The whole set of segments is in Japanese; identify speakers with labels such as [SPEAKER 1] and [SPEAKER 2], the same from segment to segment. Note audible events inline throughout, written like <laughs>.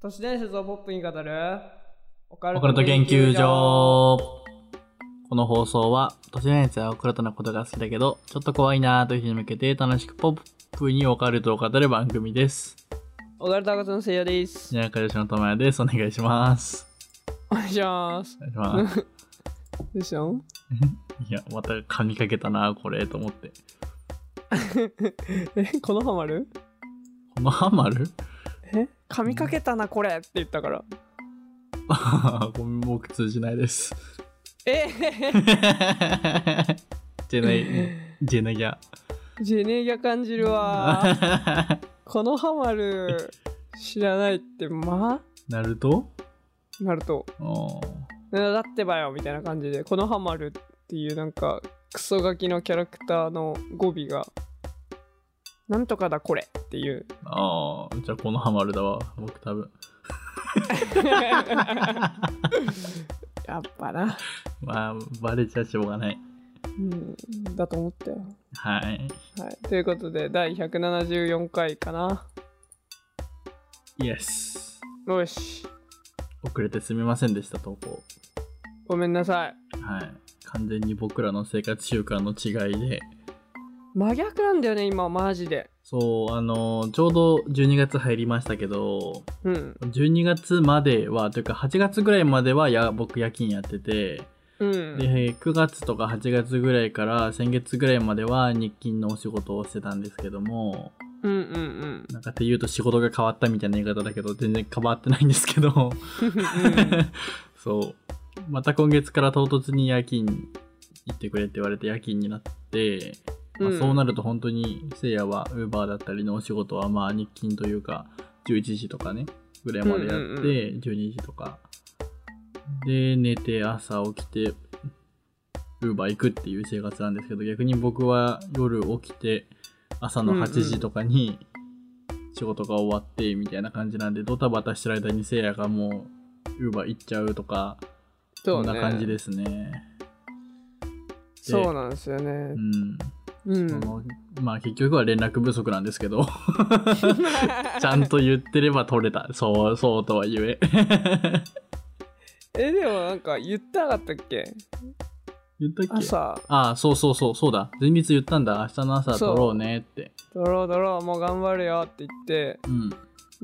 [SPEAKER 1] 都市伝説をポップに語るオカ
[SPEAKER 2] オカルト研究所この放送は都市伝説やオカルトなことが好きだけどちょっと怖いなーという人に向けて楽しくポップにオカルトを語る番組です
[SPEAKER 1] オカルト博士のせいやです
[SPEAKER 2] 田舎女子の友也ですお願いします
[SPEAKER 1] お願いします
[SPEAKER 2] お願いします
[SPEAKER 1] どうしたの
[SPEAKER 2] いやまた噛みかけたなこれと思って
[SPEAKER 1] えこのハマる
[SPEAKER 2] このハマる
[SPEAKER 1] え噛みかけたなこれって言ったから
[SPEAKER 2] ごめん僕通じないです
[SPEAKER 1] え <laughs>
[SPEAKER 2] ジェネジェネギャ
[SPEAKER 1] ジェネギャ感じるわ <laughs> このハマる知らないってま
[SPEAKER 2] <laughs> ナルト
[SPEAKER 1] あなると
[SPEAKER 2] おー
[SPEAKER 1] だってばよみたいな感じでこのハマるっていうなんかクソガキのキャラクターの語尾がなんとかだこれっていう
[SPEAKER 2] ああじゃあこのハマるだわ僕多分
[SPEAKER 1] やっぱな、
[SPEAKER 2] まあバレちゃしょうがない
[SPEAKER 1] うん、だと思ったよ、
[SPEAKER 2] はい
[SPEAKER 1] はい、ということで第174回かな
[SPEAKER 2] イエス
[SPEAKER 1] よし
[SPEAKER 2] 遅れてすみませんでした投稿
[SPEAKER 1] ごめんなさい
[SPEAKER 2] はい完全に僕らの生活習慣の違いで
[SPEAKER 1] 真逆なんだよね今マジで
[SPEAKER 2] そうあのーちょうど12月入りましたけど
[SPEAKER 1] うん
[SPEAKER 2] 12月まではというか8月ぐらいまではや僕夜勤やってて
[SPEAKER 1] うん
[SPEAKER 2] で9月とか8月ぐらいから先月ぐらいまでは日勤のお仕事をしてたんですけども
[SPEAKER 1] うん
[SPEAKER 2] <laughs>
[SPEAKER 1] うん
[SPEAKER 2] なんかって言うと仕事が変わったみたいな言い方だけど全然変わってないんですけど
[SPEAKER 1] うん
[SPEAKER 2] <laughs> そうまた今月から唐突に夜勤行ってくれって言われて夜勤になって、まあ
[SPEAKER 1] うん
[SPEAKER 2] そうなると本当にせいやはウーバーだったりのお仕事はまあ日勤というか11時とかねぐらいまでやって、
[SPEAKER 1] うんうんうん
[SPEAKER 2] 12時とかで寝て朝起きてウーバー行くっていう生活なんですけど逆に僕は夜起きて朝の8時とかに仕事が終わってみたいな感じなんで、ドタバタしてる間にせいやがもうウーバー行っちゃうとか
[SPEAKER 1] そ
[SPEAKER 2] そ
[SPEAKER 1] うんね
[SPEAKER 2] な感じですね。
[SPEAKER 1] そうなんですよね
[SPEAKER 2] うん
[SPEAKER 1] うん
[SPEAKER 2] その <laughs> まあ結局は連絡不足なんですけど <laughs> ちゃんと言ってれば取れたそうそうとは言え
[SPEAKER 1] <laughs>
[SPEAKER 2] <laughs>
[SPEAKER 1] えでもなんか言ってなかったっけ
[SPEAKER 2] 言ったっけ
[SPEAKER 1] 朝
[SPEAKER 2] ああそうそうそうそうだ前日言ったんだ明日の朝取ろうねって
[SPEAKER 1] ドロードローもう頑張るよって言って
[SPEAKER 2] うん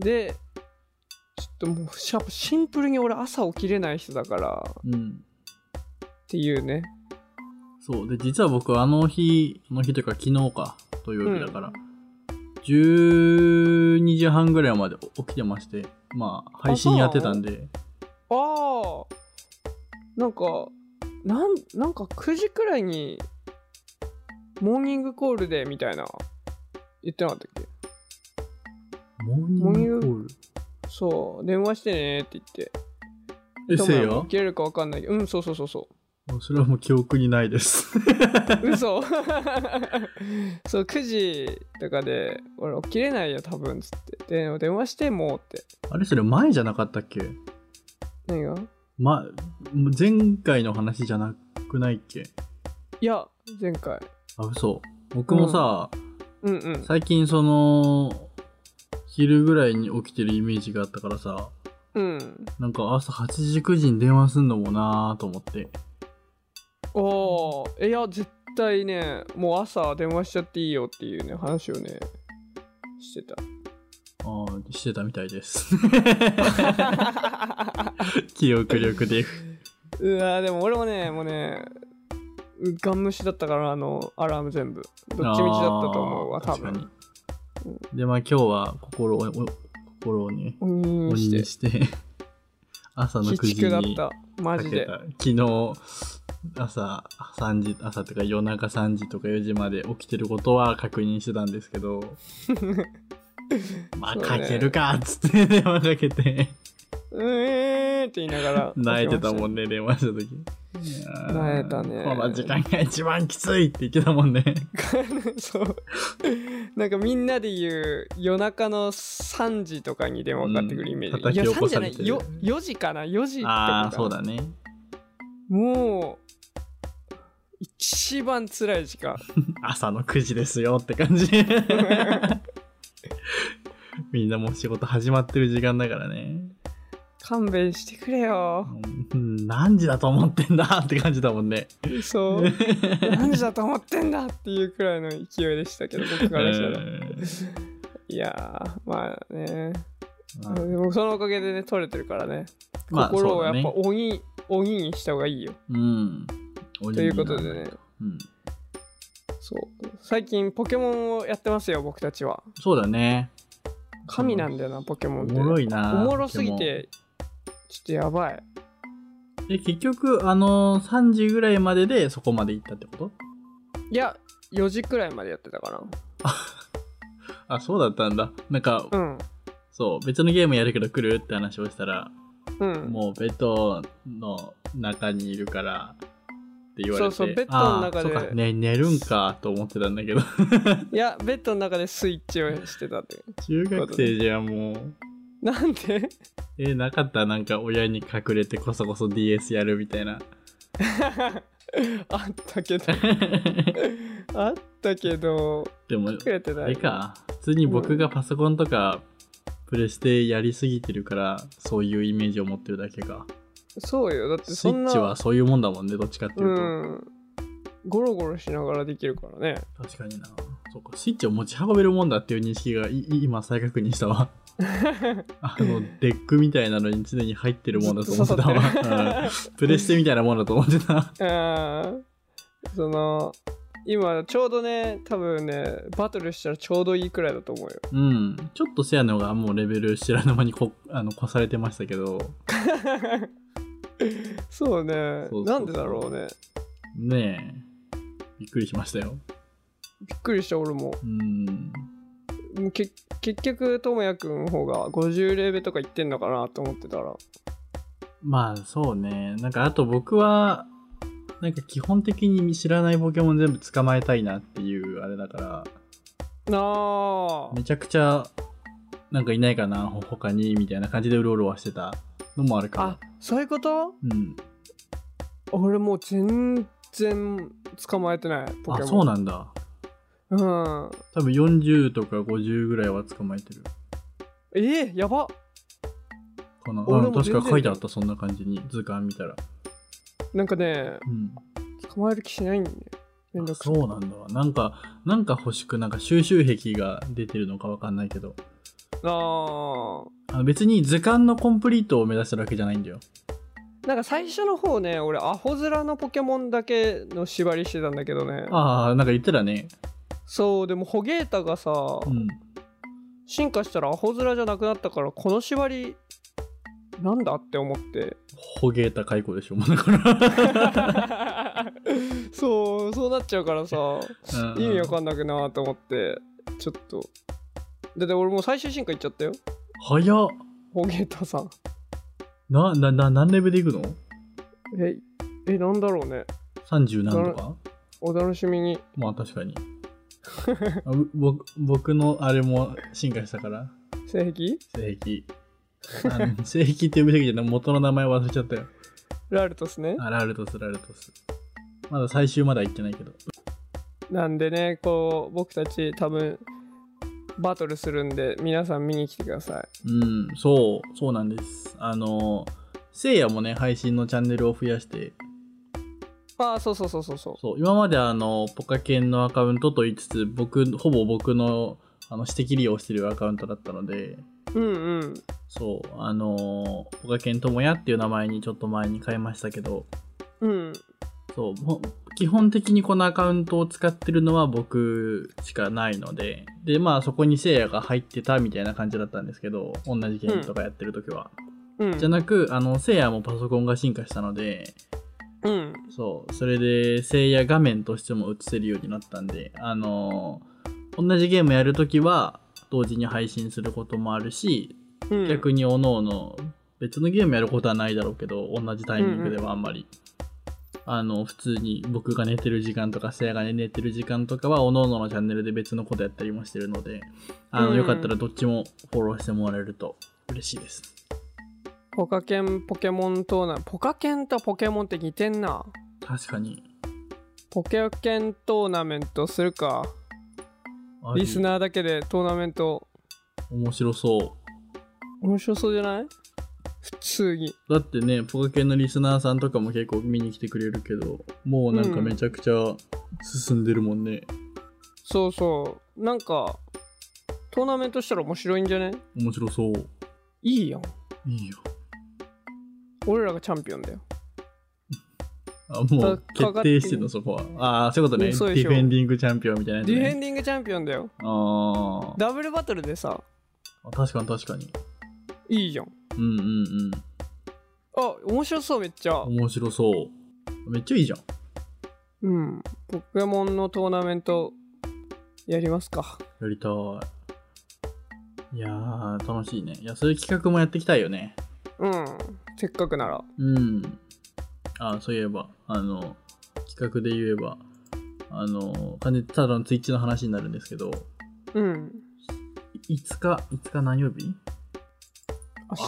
[SPEAKER 1] でちょっともうシャシンプルに俺朝起きれない人だからっ
[SPEAKER 2] うん
[SPEAKER 1] ていうね
[SPEAKER 2] そうで実は僕あの日あの日というか昨日か土曜日だから、12時半ぐらいまで起きてましてまあ配信やってたんで
[SPEAKER 1] ああなんかなんなんか9時くらいにモーニングコールでみたいな言ってなかったっけ
[SPEAKER 2] モーニングコール
[SPEAKER 1] そう電話してねって言って
[SPEAKER 2] え
[SPEAKER 1] ト
[SPEAKER 2] せい
[SPEAKER 1] モヤ
[SPEAKER 2] や
[SPEAKER 1] も起きれるかわかんないけどうんそうそうそうそう
[SPEAKER 2] あそれはもう記憶にない <laughs> です。
[SPEAKER 1] 嘘そう9時とかで俺起きれないよ多分つってで電話してもうって
[SPEAKER 2] あれそれ前じゃなかったっけ
[SPEAKER 1] 何が
[SPEAKER 2] ま、前回の話じゃなくないっけ
[SPEAKER 1] いや前回
[SPEAKER 2] あ、嘘。僕もさ、
[SPEAKER 1] うんうん
[SPEAKER 2] 最近その、昼ぐらいに起きてるイメージがあったからさ、
[SPEAKER 1] うん
[SPEAKER 2] なんか朝8時9時に電話すんのもなーと思って。
[SPEAKER 1] おーいや絶対ねもう朝電話しちゃっていいよっていうね話をねして
[SPEAKER 2] <laughs>
[SPEAKER 1] た
[SPEAKER 2] あーしてたみたい
[SPEAKER 1] <laughs>
[SPEAKER 2] です。記憶
[SPEAKER 1] <laughs>
[SPEAKER 2] 力で。
[SPEAKER 1] うわーでも俺もねもうねうガン無視だったからあのアラーム全部どっちみちだったと思うわ
[SPEAKER 2] あー
[SPEAKER 1] 多
[SPEAKER 2] 確
[SPEAKER 1] 分
[SPEAKER 2] かに。で、まあ今日は心を、お心をね、
[SPEAKER 1] うん
[SPEAKER 2] 鬼
[SPEAKER 1] して
[SPEAKER 2] にして、 <laughs> 朝の
[SPEAKER 1] 鬼
[SPEAKER 2] 9時
[SPEAKER 1] 畜だっ
[SPEAKER 2] に
[SPEAKER 1] たマジで
[SPEAKER 2] かけた昨日朝3時朝とか夜中3時とか4時まで起きてることは確認してたんです
[SPEAKER 1] <laughs>
[SPEAKER 2] けどまあ、
[SPEAKER 1] そうね
[SPEAKER 2] かけるかっつって電話かけて
[SPEAKER 1] うえーって言いながら
[SPEAKER 2] <laughs> 泣いてたもん
[SPEAKER 1] ね <laughs>
[SPEAKER 2] ね電話した時いやー
[SPEAKER 1] 泣いたね
[SPEAKER 2] この時間が一番きついって言ってた
[SPEAKER 1] <laughs>
[SPEAKER 2] もんね
[SPEAKER 1] そう <laughs> なんかみんなで言う夜中の3時とかに電話かかってくるイメージ、
[SPEAKER 2] うん
[SPEAKER 1] いや
[SPEAKER 2] 叩
[SPEAKER 1] 3時
[SPEAKER 2] き起こ
[SPEAKER 1] じゃ
[SPEAKER 2] さ
[SPEAKER 1] な
[SPEAKER 2] れ
[SPEAKER 1] い
[SPEAKER 2] てる
[SPEAKER 1] よ4時かな4時ってこと
[SPEAKER 2] あ
[SPEAKER 1] か
[SPEAKER 2] あそうだね
[SPEAKER 1] もう一番辛い時
[SPEAKER 2] <laughs>
[SPEAKER 1] 間 <laughs>
[SPEAKER 2] 朝の9時ですよって感じみんなもう仕事始まってる時間だからね。
[SPEAKER 1] 勘弁してくれよ。
[SPEAKER 2] うん何時だと思ってんだって感じだも
[SPEAKER 1] <laughs>
[SPEAKER 2] んね。
[SPEAKER 1] そう。
[SPEAKER 2] <laughs>
[SPEAKER 1] 何時だと思ってんだっていうくらいの勢いでしたけど、僕からしたら。いやー、まあね。
[SPEAKER 2] うんまあ
[SPEAKER 1] でもそのおかげでね、取れてるからね。
[SPEAKER 2] まあ
[SPEAKER 1] 心をやっぱ
[SPEAKER 2] そう
[SPEAKER 1] 鬼、鬼にした方がいいよ。
[SPEAKER 2] うん。
[SPEAKER 1] ということでね。
[SPEAKER 2] うん。
[SPEAKER 1] そう。最近ポケモンをやってますよ、僕たちは。
[SPEAKER 2] そうだね。
[SPEAKER 1] 神なんだよな、ポケ
[SPEAKER 2] お
[SPEAKER 1] モンって。
[SPEAKER 2] もろいな。
[SPEAKER 1] おもろすぎ
[SPEAKER 2] でも。
[SPEAKER 1] て、ちょっとやばい。
[SPEAKER 2] え、結局、あのー、3時ぐらいまででそこまで行ったってこと
[SPEAKER 1] いや、4時くらいまでやってたか
[SPEAKER 2] あ、そうだったんだ。なんか、
[SPEAKER 1] な。うん。
[SPEAKER 2] そう、別のゲームやるけど来るって話をしたら、
[SPEAKER 1] うん。
[SPEAKER 2] もうベッドの中にいるからって言われて。
[SPEAKER 1] そうそうベッドの中で
[SPEAKER 2] あーそうか、ね、寝るんかと思ってたんだけど、 <laughs>
[SPEAKER 1] いや、ベッドの中でスイッチをしてたって。
[SPEAKER 2] 中学生じゃもう。
[SPEAKER 1] なんで <laughs>
[SPEAKER 2] え、なかったなんか親に隠れてこそこそ DS やるみたいな。 <laughs>
[SPEAKER 1] あったけど、あったけど、
[SPEAKER 2] でも、
[SPEAKER 1] くれて
[SPEAKER 2] あ
[SPEAKER 1] な
[SPEAKER 2] れ
[SPEAKER 1] い。
[SPEAKER 2] か、普通に僕がパソコンとかプレステやりすぎてるから、そういうイメージを持ってるだけか。
[SPEAKER 1] そうよ。だって
[SPEAKER 2] ス
[SPEAKER 1] そ
[SPEAKER 2] イ
[SPEAKER 1] ん
[SPEAKER 2] ッ
[SPEAKER 1] な。
[SPEAKER 2] チはそういうもんだもんね、どっちかっていううと。
[SPEAKER 1] ん。ゴロゴロしながらできるからね。
[SPEAKER 2] 確かにな。そうか、スイッチを持ち運べるもんだっていう認識がいい今再確認したわ。あの、デックみたいなのに常に入ってるもんだと思って
[SPEAKER 1] ず
[SPEAKER 2] た
[SPEAKER 1] っと刺さ
[SPEAKER 2] わ。うんプレステみたいなもんだと思ってた。
[SPEAKER 1] うん。その、今ちょうどね、多分ね、バトルしたらちょうどいいくらいだと思うよ。
[SPEAKER 2] うん。ちょっとせやのがもうレベル知らぬ間にこあの越されてましたけど。
[SPEAKER 1] そうね
[SPEAKER 2] そうそうそう
[SPEAKER 1] なんでだろうね。
[SPEAKER 2] ねえ。びっくりしましたよ。
[SPEAKER 1] びっくりした俺も。
[SPEAKER 2] うん。
[SPEAKER 1] もうけ結局、ともやくんの方が50レベルとかいってんのかなと思ってたら。
[SPEAKER 2] まあそうね。なんかあと僕は、なんか基本的に知らないポケモン全部捕まえたいなっていうあれだから、
[SPEAKER 1] なあ。
[SPEAKER 2] めちゃくちゃ、なんかいないかな、ほ他に、みたいな感じでうろうろはしてたのもあるか
[SPEAKER 1] あ
[SPEAKER 2] ら。
[SPEAKER 1] そういうこと
[SPEAKER 2] うん。
[SPEAKER 1] 俺もう全然捕まえてないポケモン
[SPEAKER 2] あ、そうなんだ。
[SPEAKER 1] うん
[SPEAKER 2] 多分40とか50ぐらいは捕まえてる。
[SPEAKER 1] えー、やば
[SPEAKER 2] かな。
[SPEAKER 1] 俺
[SPEAKER 2] う
[SPEAKER 1] も
[SPEAKER 2] ん、確か
[SPEAKER 1] 全然
[SPEAKER 2] 書いてあった、そんな感じに。図鑑見たら。
[SPEAKER 1] なんかね
[SPEAKER 2] うん。
[SPEAKER 1] 捕まえる気しないんだよめんどくさ
[SPEAKER 2] そ
[SPEAKER 1] いう
[SPEAKER 2] なんだわ。なんか、なんか欲しく、なんか収集癖が出てるのかわかんないけど。
[SPEAKER 1] あ
[SPEAKER 2] あ別に図鑑のコンプリートを目指してるわけじゃないんだよ。
[SPEAKER 1] ーなんか最初の方ね俺アホ面のポケモンだけの縛りしてたんだけどね
[SPEAKER 2] ああ、なんか言ってたね。
[SPEAKER 1] そうでもホゲータがさ、
[SPEAKER 2] うん。
[SPEAKER 1] 進化したらアホ面じゃなくなったからこの縛りなんだって思って
[SPEAKER 2] <laughs> ホゲータ解雇でしょ、もうだから。
[SPEAKER 1] そうそうなっちゃうからさ <laughs> 意味わ
[SPEAKER 2] ん
[SPEAKER 1] かんなくなと思ってちょっとだって俺もう最終進化いっちゃったよ
[SPEAKER 2] 早っ。
[SPEAKER 1] ホゲータさん
[SPEAKER 2] な、な、な、何レベルでいくの
[SPEAKER 1] ええなんだろうね
[SPEAKER 2] ?30 何とか
[SPEAKER 1] お楽しみに
[SPEAKER 2] まあ確かに。あぶ僕僕のあれも進化したから、
[SPEAKER 1] 性癖
[SPEAKER 2] 性癖。あ
[SPEAKER 1] <laughs>
[SPEAKER 2] の性癖って呼びすぎて元の名前忘れちゃったよ。
[SPEAKER 1] ラルトスね
[SPEAKER 2] あラルトス、ラルトス。まだ最終まだ行ってないけど。
[SPEAKER 1] なんでねこう僕たち多分バトルするんで皆さん見に来てくださ
[SPEAKER 2] うん、そう、そうなんです。あの、せいやもね、配信のチャンネルを増やして、
[SPEAKER 1] いああそうそうそうそうそ
[SPEAKER 2] そう、今まであの、ポカケンのアカウントと言いつつ、僕、ほぼ僕の、あの、指摘利用してるアカウントだったので、
[SPEAKER 1] ううんうん
[SPEAKER 2] そう、あのー、ポカケンともやっていう名前にちょっと前に変えましたけど、
[SPEAKER 1] うん
[SPEAKER 2] そう、ほ基本的にこのアカウントを使ってるのは僕しかないので、で、まあそこに聖夜が入ってたみたいな感じだったんですけど、同じゲームとかやってる時は。
[SPEAKER 1] うん
[SPEAKER 2] じゃなく、あの、聖夜もパソコンが進化したので、
[SPEAKER 1] うん
[SPEAKER 2] そう、それで聖夜画面としても映せるようになったんで、あのー同じゲームやるときは、同時に配信することもあるし、
[SPEAKER 1] うん
[SPEAKER 2] 逆におのおの別のゲームやることはないだろうけど同じタイミングではあんまり、あの普通に僕が寝てる時間とかせやがね寝てる時間とかはおのおののチャンネルで別のことやったりもしてるのであの、
[SPEAKER 1] うん
[SPEAKER 2] よかったらどっちもフォローしてもらえると嬉しいです
[SPEAKER 1] ポカケンポケモンとなポカケンとポケモンって似てんな
[SPEAKER 2] 確かに
[SPEAKER 1] ポケケントーナメントするか
[SPEAKER 2] あり
[SPEAKER 1] リスナーだけでトーナメント
[SPEAKER 2] 面白そ
[SPEAKER 1] 面白そうじゃない普通に。
[SPEAKER 2] うだってねポカケンのリスナーさんとかも結構見に来てくれるけどもうなんかめちゃくちゃ進んでるもんね、
[SPEAKER 1] そうそう。なんか、トーナメントしたら面白いんじゃね
[SPEAKER 2] 面白そう
[SPEAKER 1] いいやん。
[SPEAKER 2] いいよ
[SPEAKER 1] 俺らがチャンピオンだよ。
[SPEAKER 2] あもう
[SPEAKER 1] かかかっ
[SPEAKER 2] 決
[SPEAKER 1] てる
[SPEAKER 2] 定してんのそこはああそういうことね
[SPEAKER 1] うん
[SPEAKER 2] デ
[SPEAKER 1] そうで
[SPEAKER 2] ィ
[SPEAKER 1] しょ
[SPEAKER 2] フェンディングチャンピオンみたいなやつ
[SPEAKER 1] ディフェ
[SPEAKER 2] ね
[SPEAKER 1] ンディングチャンピオンだよ。
[SPEAKER 2] あ
[SPEAKER 1] ダブルバトルでさ、
[SPEAKER 2] あ確かに確かに
[SPEAKER 1] いいじゃん。
[SPEAKER 2] うんうん
[SPEAKER 1] あ、面白そうめっちゃ
[SPEAKER 2] う。ん面白そうめっちゃいいじゃん
[SPEAKER 1] うん。ポケモンのトーナメント、やりますか。
[SPEAKER 2] やりたいいやー楽しいねいやそういう企画もやっていきたいよね
[SPEAKER 1] うん。せっかくなら。
[SPEAKER 2] うんあそういえばあの企画で言えばあの完全にただのツイッチの話になるんですけど
[SPEAKER 1] うん。
[SPEAKER 2] 5日5日何曜日
[SPEAKER 1] 明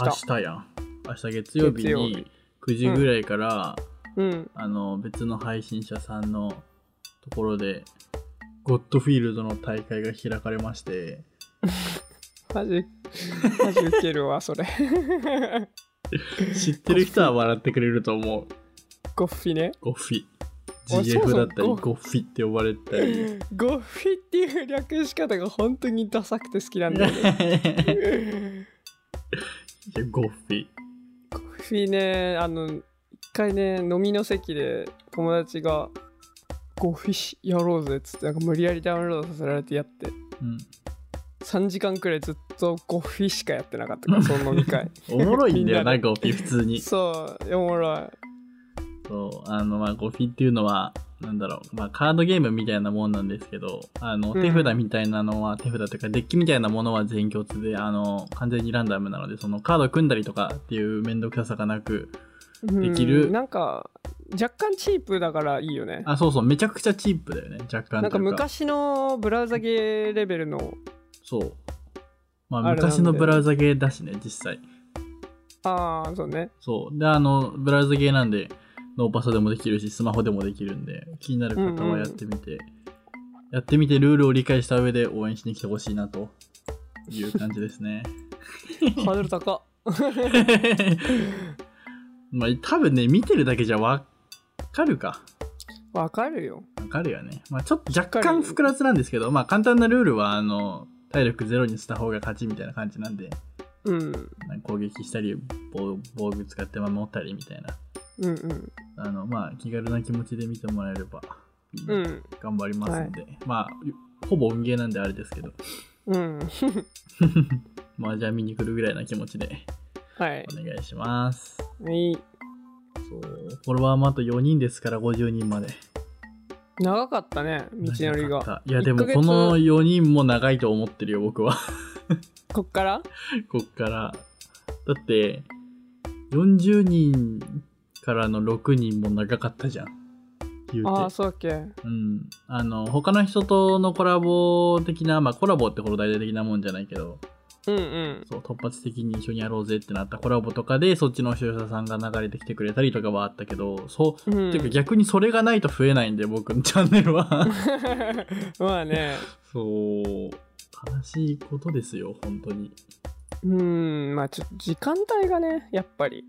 [SPEAKER 2] 明
[SPEAKER 1] 日。
[SPEAKER 2] 日やん明日月曜日
[SPEAKER 1] 月曜
[SPEAKER 2] に
[SPEAKER 1] 日
[SPEAKER 2] 9時ぐらいから、
[SPEAKER 1] うん。
[SPEAKER 2] あの別の配信者さんのところでゴッドフィールドの大会が開かれまして
[SPEAKER 1] マジ、マジウケるわ、それ。 <laughs>
[SPEAKER 2] 知ってる人は笑ってくれると思う
[SPEAKER 1] ゴッフィね。
[SPEAKER 2] ゴッフィ
[SPEAKER 1] あそう
[SPEAKER 2] GF
[SPEAKER 1] なの
[SPEAKER 2] だったり
[SPEAKER 1] ゴ
[SPEAKER 2] ゴ
[SPEAKER 1] ッ
[SPEAKER 2] ッフィって呼ばれたり
[SPEAKER 1] ゴッフィっていう略し方が本当にダサくて好きなんだよね。
[SPEAKER 2] <laughs> ゴッフィ
[SPEAKER 1] ゴッフィね、あの、一回ね、飲みの席で友達が、ゴッフィしやろうぜっつって、なんか無理やりダウンロードさせられてやって、
[SPEAKER 2] うん
[SPEAKER 1] 3時間くらいずっとゴッフィしかやってなかったから、その飲み
[SPEAKER 2] <laughs>
[SPEAKER 1] 会。
[SPEAKER 2] おもろいんだよ
[SPEAKER 1] <laughs>
[SPEAKER 2] な
[SPEAKER 1] み
[SPEAKER 2] ゴッフィ普通に
[SPEAKER 1] そう、おもろい。
[SPEAKER 2] そうあのまあゴッフィっていうのはなんだろう、まあ、カードゲームみたいなもんなんですけどあの
[SPEAKER 1] うん
[SPEAKER 2] 手札みたいなのは、手札というかデッキみたいなものは全共通であの完全にランダムなのでそのカード組んだりとかっていう面倒くささがなく <laughs> できる
[SPEAKER 1] うんなんか若干チープだからいいよね
[SPEAKER 2] あそうそうめちゃくちゃチープだよね若干
[SPEAKER 1] なん
[SPEAKER 2] と
[SPEAKER 1] か
[SPEAKER 2] いうか
[SPEAKER 1] 昔のブラウザゲーレベルの
[SPEAKER 2] そうまあ
[SPEAKER 1] あれなんで
[SPEAKER 2] 昔のブラウザゲーだしね実際
[SPEAKER 1] ああそうね
[SPEAKER 2] そう。で、あの、ブラウザ系なんで、ノーパソでもできるし、スマホでもできるんで、気になる方はやってみて、やってみてルールを理解した上で応援しに来てほしいなという感じですね。 <laughs>
[SPEAKER 1] ハードル高っ
[SPEAKER 2] まあ、多分ね、見てるだけじゃわかるか。
[SPEAKER 1] わかるよ
[SPEAKER 2] わかるよね。まあ、ちょっと若干複雑なんですけど、まあ、簡単なルールは、あの、体力ゼロにした方が勝ちみたいな感じなんで、
[SPEAKER 1] うん
[SPEAKER 2] なんか攻撃したり、防防具使って守ったりみたいな。
[SPEAKER 1] うんうん
[SPEAKER 2] あのまあ気軽な気持ちで見てもらえればいいな
[SPEAKER 1] うん
[SPEAKER 2] 頑張りますんで、まあほぼ運ゲーなんであれですけど
[SPEAKER 1] うん
[SPEAKER 2] まあじゃあ見に来るぐらいな気持ちで
[SPEAKER 1] はい
[SPEAKER 2] お願いします
[SPEAKER 1] いい
[SPEAKER 2] そうフォロワーもあと4人ですから50人まで
[SPEAKER 1] 長かったね道のり
[SPEAKER 2] 長
[SPEAKER 1] が
[SPEAKER 2] かったいや
[SPEAKER 1] 1
[SPEAKER 2] でも
[SPEAKER 1] ヶ月
[SPEAKER 2] この4人も長いと思ってるよ僕は <laughs>
[SPEAKER 1] こっから
[SPEAKER 2] こっからだって40人からの6人も長かったじゃん言うて
[SPEAKER 1] ああそうだっけ
[SPEAKER 2] うん、あの他の人とのコラボ的な、まあ、コラボってほど大々的なもんじゃないけど
[SPEAKER 1] うんうん
[SPEAKER 2] そう突発的に一緒にやろうぜってなったコラボとかでそっちの視聴者さんが流れてきてくれたりとかはあったけどそうう、
[SPEAKER 1] ん
[SPEAKER 2] ていうか逆にそれがないと増えないんで僕の <laughs> チャンネルは
[SPEAKER 1] <laughs> まあね
[SPEAKER 2] そう悲しいことですよ本当に
[SPEAKER 1] うんまあちょっと時間帯がねやっぱり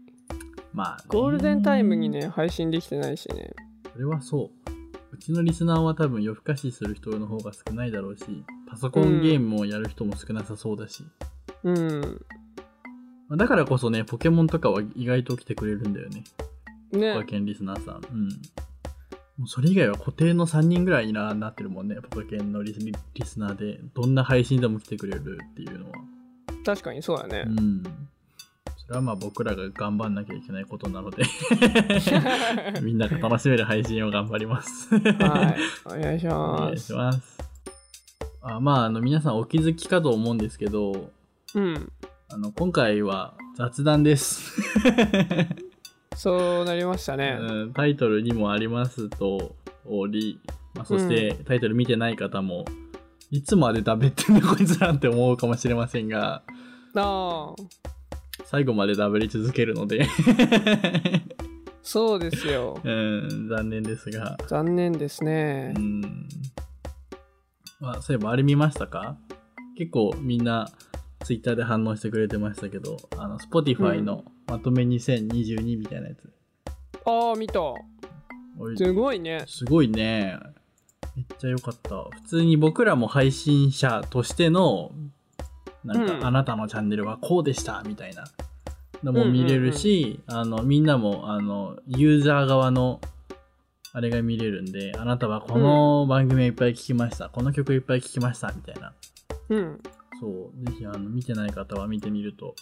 [SPEAKER 2] まあね、
[SPEAKER 1] ゴールデンタイムにね配信できてないしね
[SPEAKER 2] それはそううちのリスナーは多分夜更かしする人の方が少ないだろうしパソコンゲームをやる人も少なさそうだし、
[SPEAKER 1] うん
[SPEAKER 2] まあだからこそね、ポケモンとかは意外と来てくれるんだよね。ポ
[SPEAKER 1] ね
[SPEAKER 2] カケンリスナーさん。うん。もうそれ以外は固定の3人ぐらいにななってるもんね、ポカケンのリスリリスナーで、どんな配信でも来てくれるっていうのは。
[SPEAKER 1] 確かにそうだね、
[SPEAKER 2] うん。それはまあ僕らが頑張んなきゃいけないこと
[SPEAKER 1] <laughs>
[SPEAKER 2] なので、みんなが楽しめる配信を頑張ります。
[SPEAKER 1] はい、お願いし
[SPEAKER 2] お
[SPEAKER 1] ま
[SPEAKER 2] 願いし
[SPEAKER 1] す。
[SPEAKER 2] ます。あまあ、あの、皆さんお気づきかと思うんですけど、
[SPEAKER 1] うん、
[SPEAKER 2] あの、今回は雑談です。
[SPEAKER 1] そうなりましたね。
[SPEAKER 2] うんタイトルにもありますとおり、まあ、そしてタイトル見てない方も、いつまで食べてん <laughs> のこいつらって思うかもしれませんが
[SPEAKER 1] ああ、
[SPEAKER 2] 最後まで食べり続けるので <laughs>
[SPEAKER 1] そうですよ。
[SPEAKER 2] うん残念ですが、
[SPEAKER 1] 残念です
[SPEAKER 2] う
[SPEAKER 1] ね。
[SPEAKER 2] んまあ、そういえばあれ見ましたか結構みんなツイッターで反応してくれてましたけど、あの、Spotify のまとめ2022みたいなやつ。
[SPEAKER 1] ああ見た
[SPEAKER 2] おい
[SPEAKER 1] すごいね
[SPEAKER 2] すごいね。めっちゃ良かった。普通に僕らも配信者としての、なん
[SPEAKER 1] う
[SPEAKER 2] か、
[SPEAKER 1] ん
[SPEAKER 2] あなたのチャンネルはこうでした、みたいなのも見れるし、あの、みんなも、あの、ユーザー側の、あれが見れるんで、あなたはこの番組をいっぱい聞きました、この曲いっぱい聞きました、みたいな。
[SPEAKER 1] うん
[SPEAKER 2] そう、ぜひ、あの、見てない方は見てみると、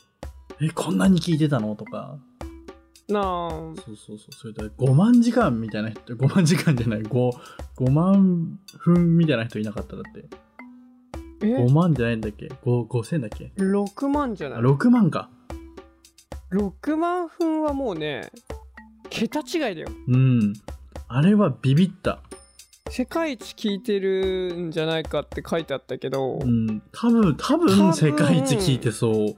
[SPEAKER 2] え、こんなに聞いてたのとか、
[SPEAKER 1] なあ
[SPEAKER 2] そうそうそう。それで5万時間みたいな人、5万時間じゃない、5、5万分みたいな人いなかっただって。
[SPEAKER 1] え
[SPEAKER 2] 5万じゃないんだっけ ?5、5000だっけ
[SPEAKER 1] 6万じゃ
[SPEAKER 2] あ
[SPEAKER 1] ない
[SPEAKER 2] 6万か。
[SPEAKER 1] 6万分はもうね桁違いだよ
[SPEAKER 2] うん。あれはビビった。
[SPEAKER 1] 世界一聞いてるんじゃないかって書いてあったけど、
[SPEAKER 2] うん。多分、多
[SPEAKER 1] 多分
[SPEAKER 2] 分世界一聞いてそう。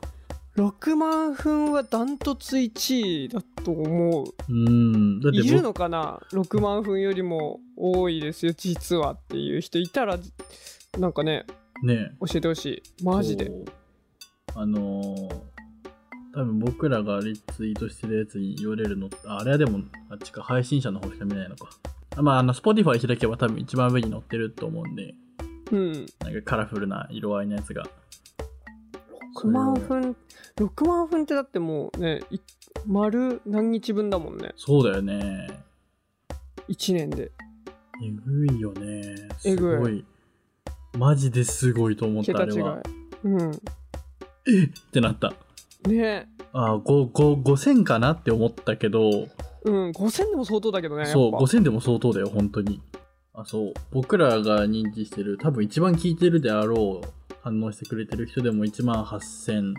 [SPEAKER 1] 6万分はダントツ1位だと思う
[SPEAKER 2] うん。だって
[SPEAKER 1] いる
[SPEAKER 2] 僕、
[SPEAKER 1] のかな6万分よりも多いですよ実はっていう人いたらなんかね
[SPEAKER 2] ね。
[SPEAKER 1] 教えてほしいマジで
[SPEAKER 2] そう。あのー多分僕らがリツイートしてるやつに言われるのってああれはでも、あっちか、配信者の方しか見ないのか。あまあ、あの、Spotify 開けば多分一番上に載ってると思うんで、
[SPEAKER 1] うん
[SPEAKER 2] なんかカラフルな色合いのやつが。
[SPEAKER 1] 6万分6万分ってだってもうねい丸何日分だもんね
[SPEAKER 2] そうだよね。
[SPEAKER 1] 1年で
[SPEAKER 2] えぐいよね。
[SPEAKER 1] え
[SPEAKER 2] す
[SPEAKER 1] ぐい
[SPEAKER 2] ごい。マジですごいと思った、
[SPEAKER 1] 桁
[SPEAKER 2] あ
[SPEAKER 1] 違
[SPEAKER 2] れ
[SPEAKER 1] い
[SPEAKER 2] は。
[SPEAKER 1] うん
[SPEAKER 2] ってなった。
[SPEAKER 1] ね
[SPEAKER 2] あー、ごご5000かなって思ったけど、
[SPEAKER 1] うん5000でも相当だけどねやっぱ
[SPEAKER 2] そう、5000でも相当だよ、本当に。あ、そう。僕らが認知してる、多分一番聞いてるであろう、反応してくれてる人でも1万8000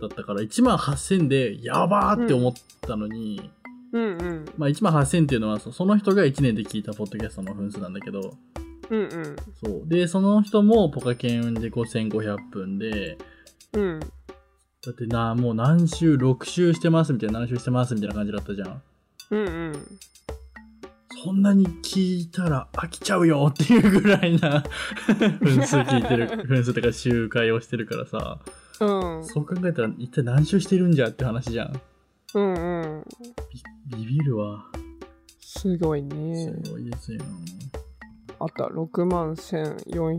[SPEAKER 2] だったから、1万8000で、やばーって思ったのに、
[SPEAKER 1] うんうん
[SPEAKER 2] まあ1万8000っていうのは、そその人が1年で聞いたポッドキャストの分数なんだけど、
[SPEAKER 1] うんうん
[SPEAKER 2] そう。で、その人もポカケンで5500分で、
[SPEAKER 1] うん
[SPEAKER 2] だってな、もう何週、6週してますみたいな、何週してますみたいな感じだったじゃん。
[SPEAKER 1] うんうん
[SPEAKER 2] そんなに聞いたら飽きちゃうよっていうぐらいな <laughs> 分数聞いてる、分数とか集会をしてるからさ、
[SPEAKER 1] うん
[SPEAKER 2] そう考えたら一体何周してるんじゃって話じゃん。
[SPEAKER 1] うんうん
[SPEAKER 2] ビビるわ。
[SPEAKER 1] すごい
[SPEAKER 2] す
[SPEAKER 1] ね
[SPEAKER 2] ごいですよ。
[SPEAKER 1] あった6万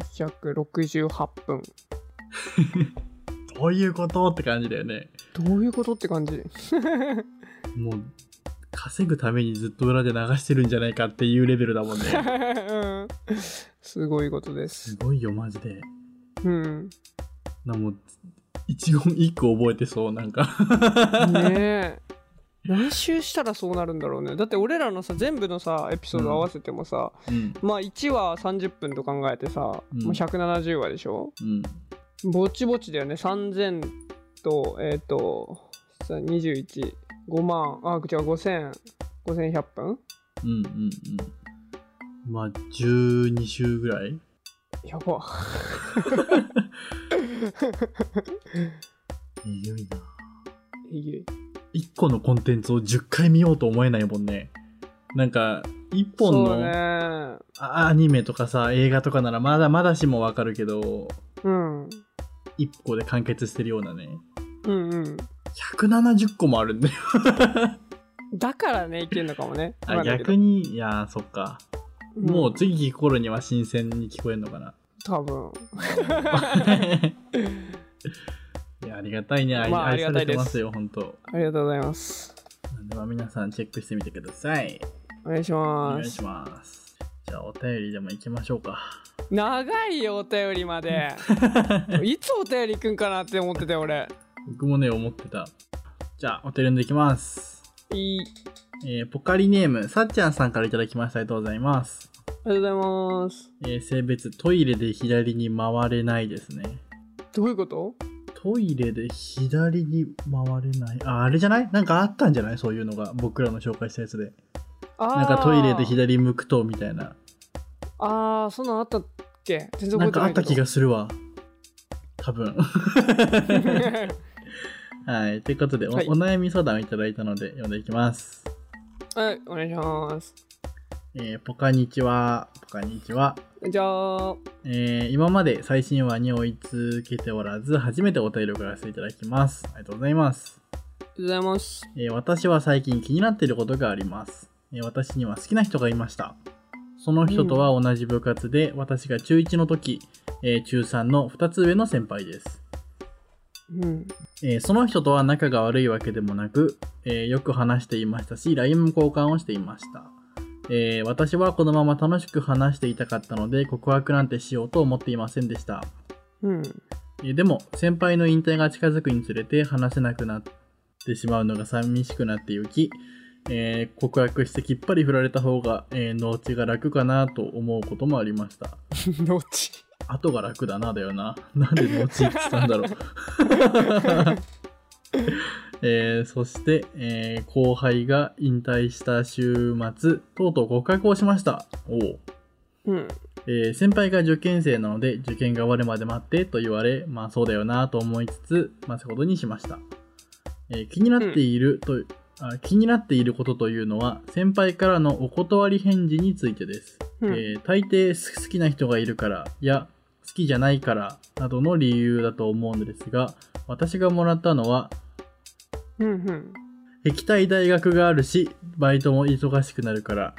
[SPEAKER 1] 1468分
[SPEAKER 2] どういうことって感じだよね。
[SPEAKER 1] どういうことって感じ
[SPEAKER 2] もう、稼ぐためにずっと裏で流してるんじゃないかっていうレベルだもんね。
[SPEAKER 1] <laughs> うんすごいことですす
[SPEAKER 2] ごいよ、マジで。
[SPEAKER 1] うん
[SPEAKER 2] なもう一言一句覚えてそうなんか
[SPEAKER 1] ねえ何周したらそうなるんだろうねだって俺らのさ全部のさエピソード合わせてもさ、
[SPEAKER 2] うん
[SPEAKER 1] まあ1話30分と考えてさ、
[SPEAKER 2] うん
[SPEAKER 1] まあ、170話でしょ
[SPEAKER 2] うん
[SPEAKER 1] ぼちぼちだよね3000とえっ、と215万あ違う5000 5100分
[SPEAKER 2] うんうんうんまあ12週ぐらい
[SPEAKER 1] やば
[SPEAKER 2] いよいな
[SPEAKER 1] えぐい
[SPEAKER 2] 1個のコンテンツを10回見ようと思えないもんねなんか1本
[SPEAKER 1] そう
[SPEAKER 2] の、
[SPEAKER 1] ね
[SPEAKER 2] あアニメとかさ映画とかならまだまだしもわかるけど
[SPEAKER 1] うん
[SPEAKER 2] 1個で完結してるようなね
[SPEAKER 1] うんうん
[SPEAKER 2] 170個もあるんだよ
[SPEAKER 1] だからねいけんのかもねわ
[SPEAKER 2] あ
[SPEAKER 1] かんないけど
[SPEAKER 2] 逆にいやーそっか、
[SPEAKER 1] うん
[SPEAKER 2] もう次聞く頃には新鮮に聞こえるの
[SPEAKER 1] <laughs>
[SPEAKER 2] かな
[SPEAKER 1] 多分
[SPEAKER 2] いや、ありがたいね。愛,、
[SPEAKER 1] まああり
[SPEAKER 2] さ
[SPEAKER 1] がた
[SPEAKER 2] れ
[SPEAKER 1] い
[SPEAKER 2] て
[SPEAKER 1] です
[SPEAKER 2] ますよ、本当。
[SPEAKER 1] ありがとうございます
[SPEAKER 2] なんでは皆さんチェックしてみてください。
[SPEAKER 1] お願いし
[SPEAKER 2] お願
[SPEAKER 1] ま
[SPEAKER 2] い
[SPEAKER 1] す
[SPEAKER 2] します。じゃあ、お便りでも行きましょうか。
[SPEAKER 1] 長いよお便りま
[SPEAKER 2] <laughs>
[SPEAKER 1] でいつお便り行くんかなって思ってたよ俺
[SPEAKER 2] 僕もね、思ってた。じゃあ、お便りんでいきます。
[SPEAKER 1] いい
[SPEAKER 2] えーポカリネーム、さっちゃんさんからいただきました。ありがとうございます。
[SPEAKER 1] ありがとうございます
[SPEAKER 2] えー性別、トイレで左に回れないですね。
[SPEAKER 1] どういうこと
[SPEAKER 2] トイレで左に回れない。あ、あれじゃないなんかあったんじゃないそういうのが。僕らの紹介したやつで。
[SPEAKER 1] あー
[SPEAKER 2] なんかトイレで左向くと、みたいな。
[SPEAKER 1] ああそんなんあったっけ全然覚え
[SPEAKER 2] なん
[SPEAKER 1] て
[SPEAKER 2] か
[SPEAKER 1] な
[SPEAKER 2] あっ
[SPEAKER 1] いけ
[SPEAKER 2] た
[SPEAKER 1] ど
[SPEAKER 2] 気がするわ。
[SPEAKER 1] <laughs>
[SPEAKER 2] 多分。はい。ということでお、
[SPEAKER 1] はい
[SPEAKER 2] お悩み相談をいただいたので読んでいきます。
[SPEAKER 1] はいお願いします
[SPEAKER 2] えーポカニチは、ポカニチは、
[SPEAKER 1] じゃあ、
[SPEAKER 2] えー今まで最新話に追い続けておらず、初めてお便りを送らせていただきます。ありがとうございます。
[SPEAKER 1] ありがとうございます。
[SPEAKER 2] えー私は最近気になっていることがあります、えー私には好きな人がいましたその人とは同じ部活で、私が中1の時、えー中3の2つ上の先輩です、
[SPEAKER 1] うん。
[SPEAKER 2] えーその人とは仲が悪いわけでもなく、えーよく話していましたし LINE も交換をしていました、えー私はこのまま楽しく話していたかったので告白なんてしようと思っていませんでした
[SPEAKER 1] うん。 <laughs>
[SPEAKER 2] えーでも先輩の引退が近づくにつれて話せなくなってしまうのが寂しくなってゆき、えー告白してきっぱり振られた方が、えー、農地が楽かなと思うこともありました
[SPEAKER 1] どっ
[SPEAKER 2] <laughs>
[SPEAKER 1] ち
[SPEAKER 2] 後が楽だなだよななんで農地って言ったんだろう、 <laughs> えーそして、えー後輩が引退した週末とうとう告白をしましたおお
[SPEAKER 1] うん。
[SPEAKER 2] えー先輩が受験生なので受験が終わるまで待ってと言われまあそうだよなと思いつつ待つことにしました、えー気になっていると、あ気になっていることというのは先輩からのお断り返事についてです、
[SPEAKER 1] うん。
[SPEAKER 2] えー大抵す好きな人がいるからや好きじゃないからなどの理由だと思うのですが私がもらったのは
[SPEAKER 1] うんうん。
[SPEAKER 2] 行きたい大学があるしバイトも忙しくなるから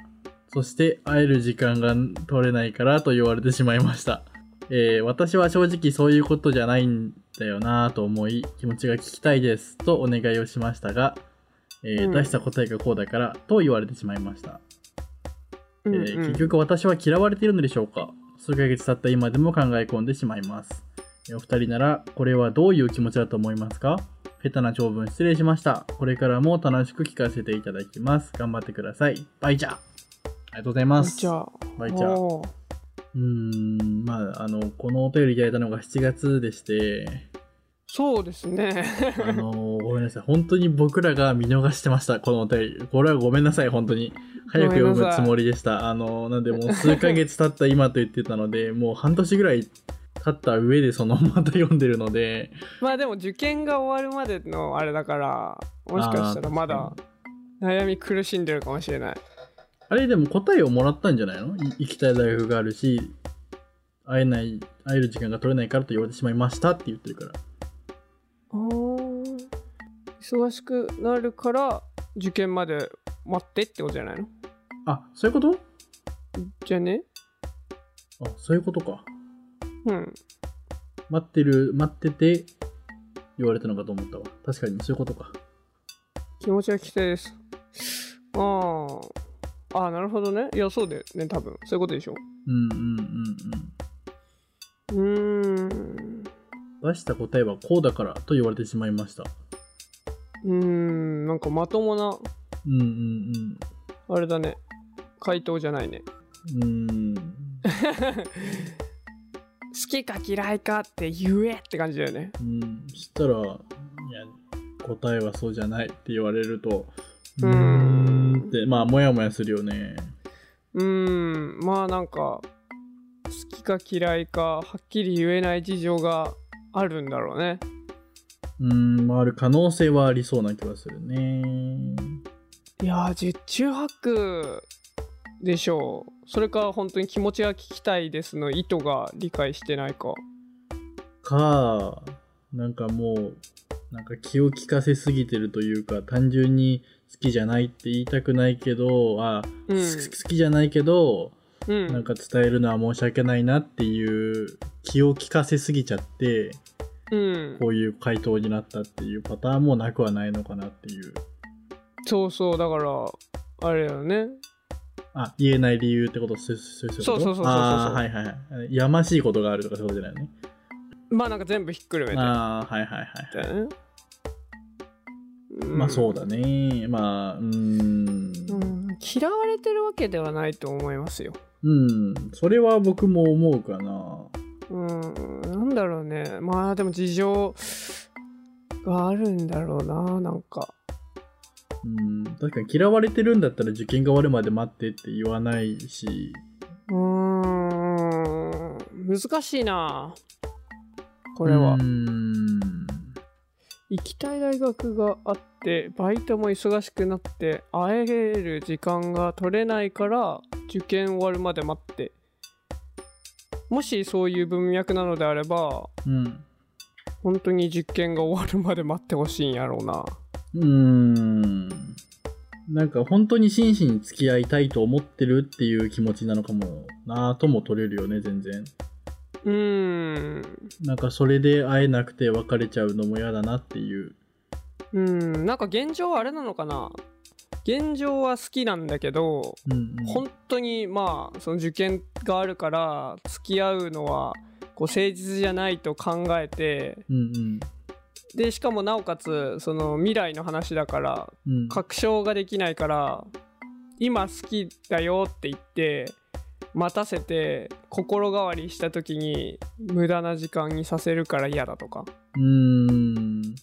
[SPEAKER 2] そして会える時間が取れないからと言われてしまいました、えー私は正直そういうことじゃないんだよなぁと思い気持ちが聞きたいですとお願いをしましたが、えー
[SPEAKER 1] うん
[SPEAKER 2] 出した答えがこうだからと言われてしまいました、
[SPEAKER 1] うん
[SPEAKER 2] えー
[SPEAKER 1] うん
[SPEAKER 2] 結局私は嫌われているのでしょうか数ヶ月経った今でも考え込んでしまいます、えーお二人ならこれはどういう気持ちだと思いますか下手な長文失礼しましたこれからも楽しく聞かせていただきます頑張ってくださいバイチャありがとうございます
[SPEAKER 1] じゃあ、
[SPEAKER 2] バイチャ
[SPEAKER 1] おー
[SPEAKER 2] うーんまああのこのお便りいただいたのが7月でして
[SPEAKER 1] そうですね。 <laughs>
[SPEAKER 2] あのごめんなさい本当に僕らが見逃してましたこのお便りこれはごめんなさい本当に早く読
[SPEAKER 1] ごめん
[SPEAKER 2] む
[SPEAKER 1] な
[SPEAKER 2] つ
[SPEAKER 1] さい
[SPEAKER 2] もりでした。あの、なんでもう数ヶ月経った今と言ってたので、もう半年ぐらい経った上でそのまた読んでるので、
[SPEAKER 1] まあでも受験が終わるまでのあれだから、もしかしたらま
[SPEAKER 2] あー
[SPEAKER 1] だ
[SPEAKER 2] 確かに
[SPEAKER 1] 悩み苦しんでるかもしれない。
[SPEAKER 2] あれでも答えをもらったんじゃないのい行きたい大学があるし、会えない、会える時間が取れないからと言われてしまいましたって言ってるから。
[SPEAKER 1] あー忙しくなるから受験まで待ってってことじゃないの
[SPEAKER 2] あ、そういうこと
[SPEAKER 1] じゃあね
[SPEAKER 2] あ、そういうことか。
[SPEAKER 1] うん
[SPEAKER 2] 待ってる、待ってて言われたのかと思ったわ。確かにそういうことか。
[SPEAKER 1] 気持ちは期待ですあーあーなるほどねいやそうだよね多分そういうことでしょ
[SPEAKER 2] うんうんうんうん。
[SPEAKER 1] うーん
[SPEAKER 2] 出した答えはこうだからと言われてしまいました。
[SPEAKER 1] うーんなんかまともな
[SPEAKER 2] うんうんうん。
[SPEAKER 1] あれだね回答じゃないね
[SPEAKER 2] うーん。
[SPEAKER 1] 好きか嫌いかって言えって感じだよね
[SPEAKER 2] うん。そしたら、いや、答えはそうじゃないって言われると、
[SPEAKER 1] うーん
[SPEAKER 2] で、まあ、もやもやするよね。
[SPEAKER 1] うーんまあなんか好きか嫌いかはっきり言えない事情があるんだろうね
[SPEAKER 2] うーん、まあ、ある可能性はありそうな気はするね。
[SPEAKER 1] いやー十中八九でしょうそれか本当に気持ちが聞きたいですの意図が理解してないか
[SPEAKER 2] か、なんかもう、なんか気を利かせすぎてるというか、単純に好きじゃないって言いたくないけど、あ、
[SPEAKER 1] うん
[SPEAKER 2] す好きじゃないけど、
[SPEAKER 1] うん
[SPEAKER 2] なんか伝えるのは申し訳ないなっていう気を利かせすぎちゃって、
[SPEAKER 1] うん
[SPEAKER 2] こういう回答になったっていうパターンもなくはないのかなっていう。
[SPEAKER 1] そうそうだからあれだよね
[SPEAKER 2] あ、言えない理由ってことそうそうそう
[SPEAKER 1] そうそうそうそうそう
[SPEAKER 2] あーはいはいはい。やましいことがあるとかそういうことじゃないよね。
[SPEAKER 1] まあなんか全部ひっくるめてみ
[SPEAKER 2] ああ、はいはいはい。
[SPEAKER 1] たいなね
[SPEAKER 2] まあそうだ
[SPEAKER 1] ね、
[SPEAKER 2] ね。まあ、うーん。
[SPEAKER 1] うん、嫌われてるわけではないと思いますよ
[SPEAKER 2] うん。それは僕も思うかな。
[SPEAKER 1] うん、なんだろうね。まあでも事情があるんだろうな、なんか。
[SPEAKER 2] うん。確かに嫌われてるんだったら受験が終わるまで待ってって言わないし、
[SPEAKER 1] うーん、難しいな、これは
[SPEAKER 2] うー。ん。
[SPEAKER 1] 行きたい大学があっってバイトも忙しくなって会える時間が取れないから受験終わるまで待ってもしそういう文脈なのであれば
[SPEAKER 2] うん。
[SPEAKER 1] 本当に受験が終わるまで待ってほしいんやろうな
[SPEAKER 2] うーん。なんか本当に真摯に付き合いたいと思ってるっていう気持ちなのかもなぁとも取れるよね、全然。
[SPEAKER 1] うーん
[SPEAKER 2] なんかそれで会えなくて別れちゃうのも嫌だなっていう。
[SPEAKER 1] うんなんか現状はあれなのかな現状は好きなんだけど
[SPEAKER 2] うん、うん。
[SPEAKER 1] 本当にまあその受験があるから付き合うのはこう誠実じゃないと考えて
[SPEAKER 2] うんうん。
[SPEAKER 1] でしかもなおかつその未来の話だから
[SPEAKER 2] うん、
[SPEAKER 1] 確証ができないから今好きだよって言って待たせて心変わりした時に無駄な時間にさせるから嫌だとか
[SPEAKER 2] うーん。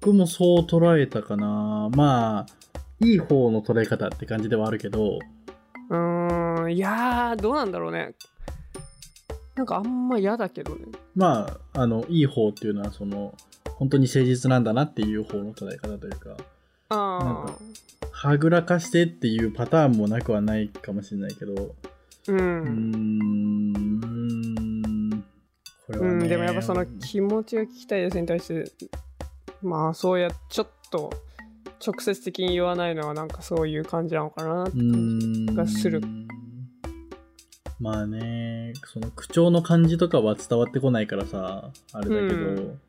[SPEAKER 2] 僕もそう捉えたかな。まあ、いい方の捉え方って感じではあるけど、
[SPEAKER 1] うーんいやーどうなんだろうねなんかあんま嫌だけどね
[SPEAKER 2] まあ、あの、いい方っていうのは、その、本当に誠実なんだなっていう方の捉え方というか、
[SPEAKER 1] ああ
[SPEAKER 2] はぐらかしてっていうパターンもなくはないかもしれないけど、
[SPEAKER 1] う
[SPEAKER 2] うー
[SPEAKER 1] ん、
[SPEAKER 2] ん、これ
[SPEAKER 1] う
[SPEAKER 2] は
[SPEAKER 1] ん
[SPEAKER 2] ね。
[SPEAKER 1] でもやっぱその気持ちが聞きたいですに対してまあそうやちょっと直接的に言わないのはなんかそういう感じなのかなって
[SPEAKER 2] う
[SPEAKER 1] 感じ
[SPEAKER 2] ーん
[SPEAKER 1] がする。
[SPEAKER 2] まあね、その口調の感じとかは伝わってこないからさ、あれだ
[SPEAKER 1] う
[SPEAKER 2] けど、
[SPEAKER 1] ん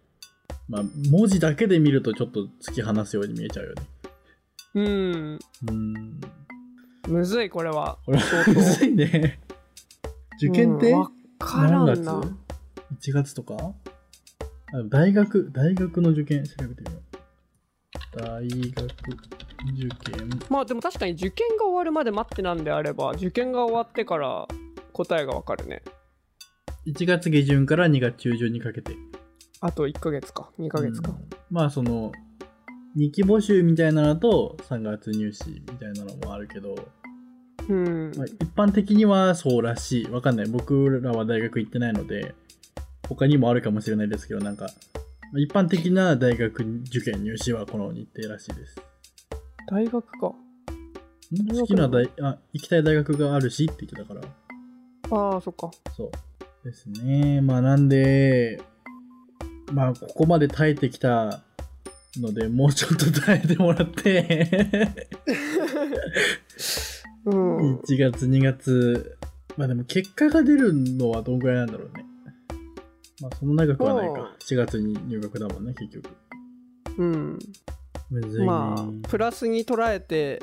[SPEAKER 2] まあ文字だけで見るとちょっと突き放すように見えちゃうよね。
[SPEAKER 1] うん
[SPEAKER 2] うん。
[SPEAKER 1] むずいこれは
[SPEAKER 2] これ
[SPEAKER 1] 相
[SPEAKER 2] むずいね。 <laughs> 受験って、
[SPEAKER 1] うんわからんな
[SPEAKER 2] 何月 ?1 月とかあ大学、大学の受験調べてみよう。大学受験。
[SPEAKER 1] まあでも確かに受験が終わるまで待ってなんであれば受験が終わってから答えがわかるね
[SPEAKER 2] 1月下旬から2月中旬にかけて。
[SPEAKER 1] あと1ヶ月か2ヶ月か
[SPEAKER 2] うんまあその2期募集みたいなのと3月入試みたいなのもあるけど、
[SPEAKER 1] うん、
[SPEAKER 2] まあ、一般的にはそうらしいわかんない僕らは大学行ってないので他にもあるかもしれないですけどなんかまあ一般的な大学受験入試はこの日程らしいです
[SPEAKER 1] 大学か
[SPEAKER 2] ん
[SPEAKER 1] 大学
[SPEAKER 2] 好きな大あ行きたい大学があるしって言ってたから
[SPEAKER 1] ああそっか
[SPEAKER 2] そうですね。まあなんで、まあここまで耐えてきたので、もうちょっと耐えてもらって、
[SPEAKER 1] う
[SPEAKER 2] 1
[SPEAKER 1] ん
[SPEAKER 2] 月、2月、まあでも結果が出るのはどんぐらいなんだろうね。まあそんな長くはないか。4月に入学だもんね、結局。
[SPEAKER 1] うん
[SPEAKER 2] むずいね。
[SPEAKER 1] まあプラスに捉えて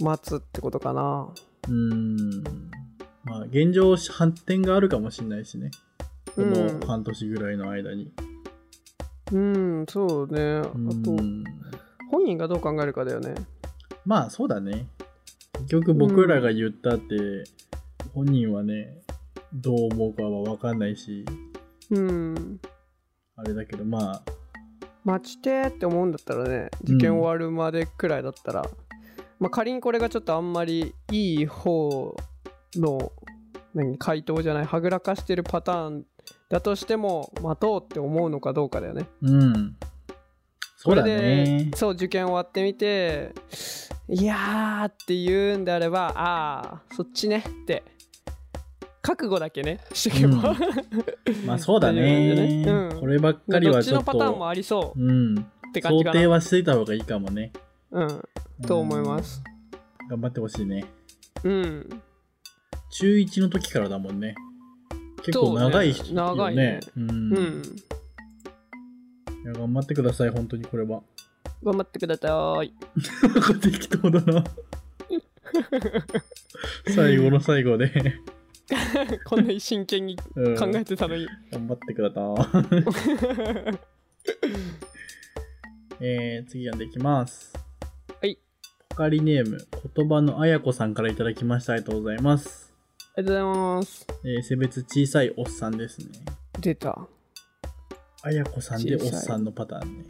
[SPEAKER 1] 待つってことかな
[SPEAKER 2] うーん。まあ現状、反転があるかもしれないしね。こ
[SPEAKER 1] うん
[SPEAKER 2] の半年ぐらいの間に。
[SPEAKER 1] うんそうねあ
[SPEAKER 2] うー
[SPEAKER 1] と
[SPEAKER 2] ん
[SPEAKER 1] 本人がどう考えるかだよね
[SPEAKER 2] まあそうだね。結局僕らが言ったって、本人はね、どう思うかは分かんないし、
[SPEAKER 1] うん
[SPEAKER 2] あれだけど、まあ、
[SPEAKER 1] 待ちてーって思うんだったらね受験終わるまでくらいだったら、まあ仮にこれがちょっとあんまりいい方の何回答じゃないはぐらかしてるパターンだとしても待とうって思うのかどうかだよね。
[SPEAKER 2] うん。そうだ
[SPEAKER 1] これで
[SPEAKER 2] ね。
[SPEAKER 1] そう受験終わってみていやーって言うんであればあーそっちねって覚悟だけねしとけば、 <laughs>
[SPEAKER 2] うんまあそうだ
[SPEAKER 1] ってい
[SPEAKER 2] ね
[SPEAKER 1] う感じでねうん
[SPEAKER 2] こればっかり
[SPEAKER 1] どっ
[SPEAKER 2] は
[SPEAKER 1] ち
[SPEAKER 2] ちょ
[SPEAKER 1] の
[SPEAKER 2] っ
[SPEAKER 1] パターンも
[SPEAKER 2] と、
[SPEAKER 1] ありそう
[SPEAKER 2] うん、
[SPEAKER 1] って感じ
[SPEAKER 2] 想
[SPEAKER 1] か
[SPEAKER 2] 定
[SPEAKER 1] な。
[SPEAKER 2] はしといた方がいいかもね。
[SPEAKER 1] うん、と思います。
[SPEAKER 2] うん。頑張ってほしいね。
[SPEAKER 1] うん
[SPEAKER 2] 中1の時からだもんね。結構長い
[SPEAKER 1] そう
[SPEAKER 2] 人
[SPEAKER 1] ね長いね
[SPEAKER 2] うん。
[SPEAKER 1] うん
[SPEAKER 2] いや頑張ってください、本当にこれは。
[SPEAKER 1] 頑張ってください。 <laughs>
[SPEAKER 2] なんか適当だな <laughs> 最後の最後で、
[SPEAKER 1] こんなに真剣に考
[SPEAKER 2] うん
[SPEAKER 1] えてたのに。 <laughs>
[SPEAKER 2] 頑張ってください <laughs> えー、次読んでいきます
[SPEAKER 1] はい
[SPEAKER 2] ポカリネーム言葉のあやこさんからいただきましたありがとうございます、
[SPEAKER 1] ありがとうございます。
[SPEAKER 2] えー、性別小さいおっさんですね
[SPEAKER 1] 出た。 <laughs>
[SPEAKER 2] あやこさんでお
[SPEAKER 1] 小
[SPEAKER 2] っ
[SPEAKER 1] さい
[SPEAKER 2] さんのパターンね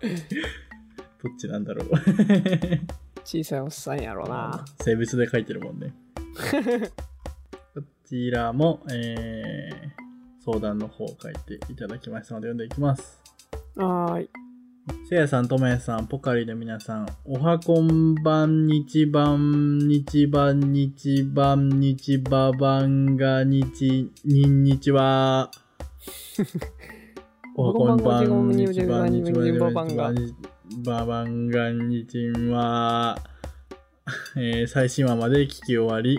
[SPEAKER 2] どっちなんだろう
[SPEAKER 1] 小さいおっさんやろな。
[SPEAKER 2] <laughs> 性
[SPEAKER 1] <laughs>
[SPEAKER 2] 別で書いてるもんねこちらも、えー相談の方を書いていただきましたので読んでいきます。
[SPEAKER 1] はーい。
[SPEAKER 2] せいやさん、ともやさん、ポカリの皆さん、おはこんばんにちばんにちばんにちばんにちばばんがにちにんにちは。おはこんばんにちばんにちばんにちばんにちばばんがにちんは。 <laughs> えー最新話まで聞き終わり、